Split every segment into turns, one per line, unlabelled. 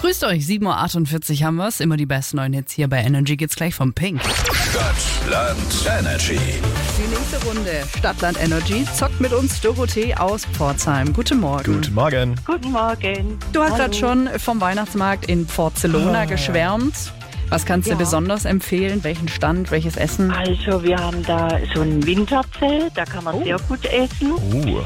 Grüßt euch, 7.48 Uhr haben wir's. Immer die besten neuen Hits hier bei Energy. Geht's gleich vom Pink.
Stadtland Energy.
Die nächste Runde Stadtland Energy zockt mit uns Dorothee aus Pforzheim. Guten Morgen.
Guten Morgen.
Guten Morgen.
Du hast
Hallo. Ah.
gerade schon vom Weihnachtsmarkt in Porzelona geschwärmt. Was kannst
Ja.
du besonders empfehlen? Welchen Stand, welches Essen?
Also, wir haben da so ein Winterzelt, da kann man
Oh.
sehr gut essen.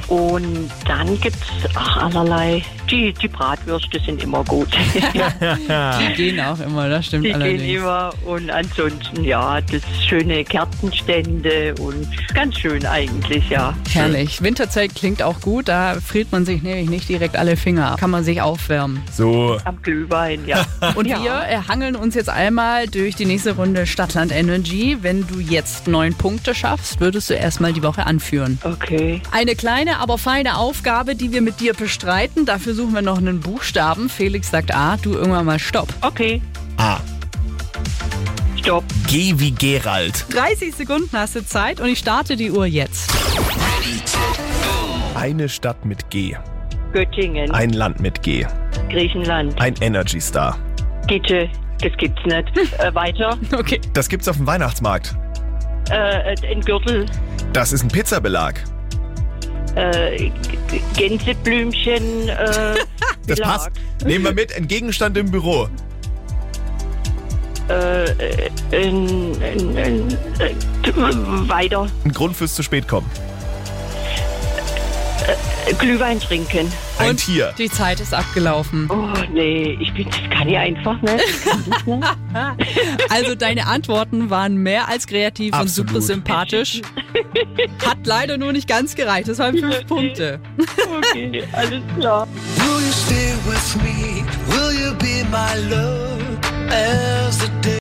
Uh,
Und dann gibt's ach, allerlei. Die, die Bratwürste sind immer gut.
Die gehen auch immer, das stimmt
Ah. die
allerdings.
gehen immer. Und ansonsten, ja, das schöne Kerzenstände und ganz schön eigentlich, ja.
Herrlich. Winterzelt klingt auch gut, da friert man sich nämlich nicht direkt alle Finger. ab. Kann man sich aufwärmen.
so.
Am Glühwein, ja.
Und
ja.
wir äh, hangeln uns jetzt einmal durch die nächste Runde Stadtland Energy. Wenn du jetzt neun Punkte schaffst, würdest du erstmal die Woche anführen.
Okay.
Eine kleine, aber feine Aufgabe, die wir mit dir bestreiten. Dafür suchen wir noch einen Buchstaben. Felix sagt A, du irgendwann mal Stopp.
Okay.
A.
Stopp.
Ah, G wie Gerald.
30 Sekunden hast du Zeit und ich starte die Uhr jetzt.
Eine Stadt mit G.
Göttingen.
Ein Land mit G.
Griechenland.
Ein Energy Star.
Gitte. Das gibt's nicht. Äh, weiter.
Okay.
Das gibt's auf dem Weihnachtsmarkt.
Äh, ein Gürtel.
Das ist ein Pizzabelag.
äh, G- Gänseblümchen. Äh,
Das
Belag.
passt. Nehmen wir mit, ein Gegenstand im Büro.
Äh, in, in, in, äh, t- weiter.
Ein Grund fürs zu spät kommen.
Glühwein trinken.
Ein
Und
Tier.
Die Zeit ist abgelaufen.
Oh, nee, ich bin, das kann ich einfach nicht.
Also deine Antworten waren mehr als kreativ
Absolut.
und super sympathisch. Hat leider nur nicht ganz gereicht. Das waren fünf Punkte.
Okay, alles klar.
Will you stay with me? Will you be my love as the day?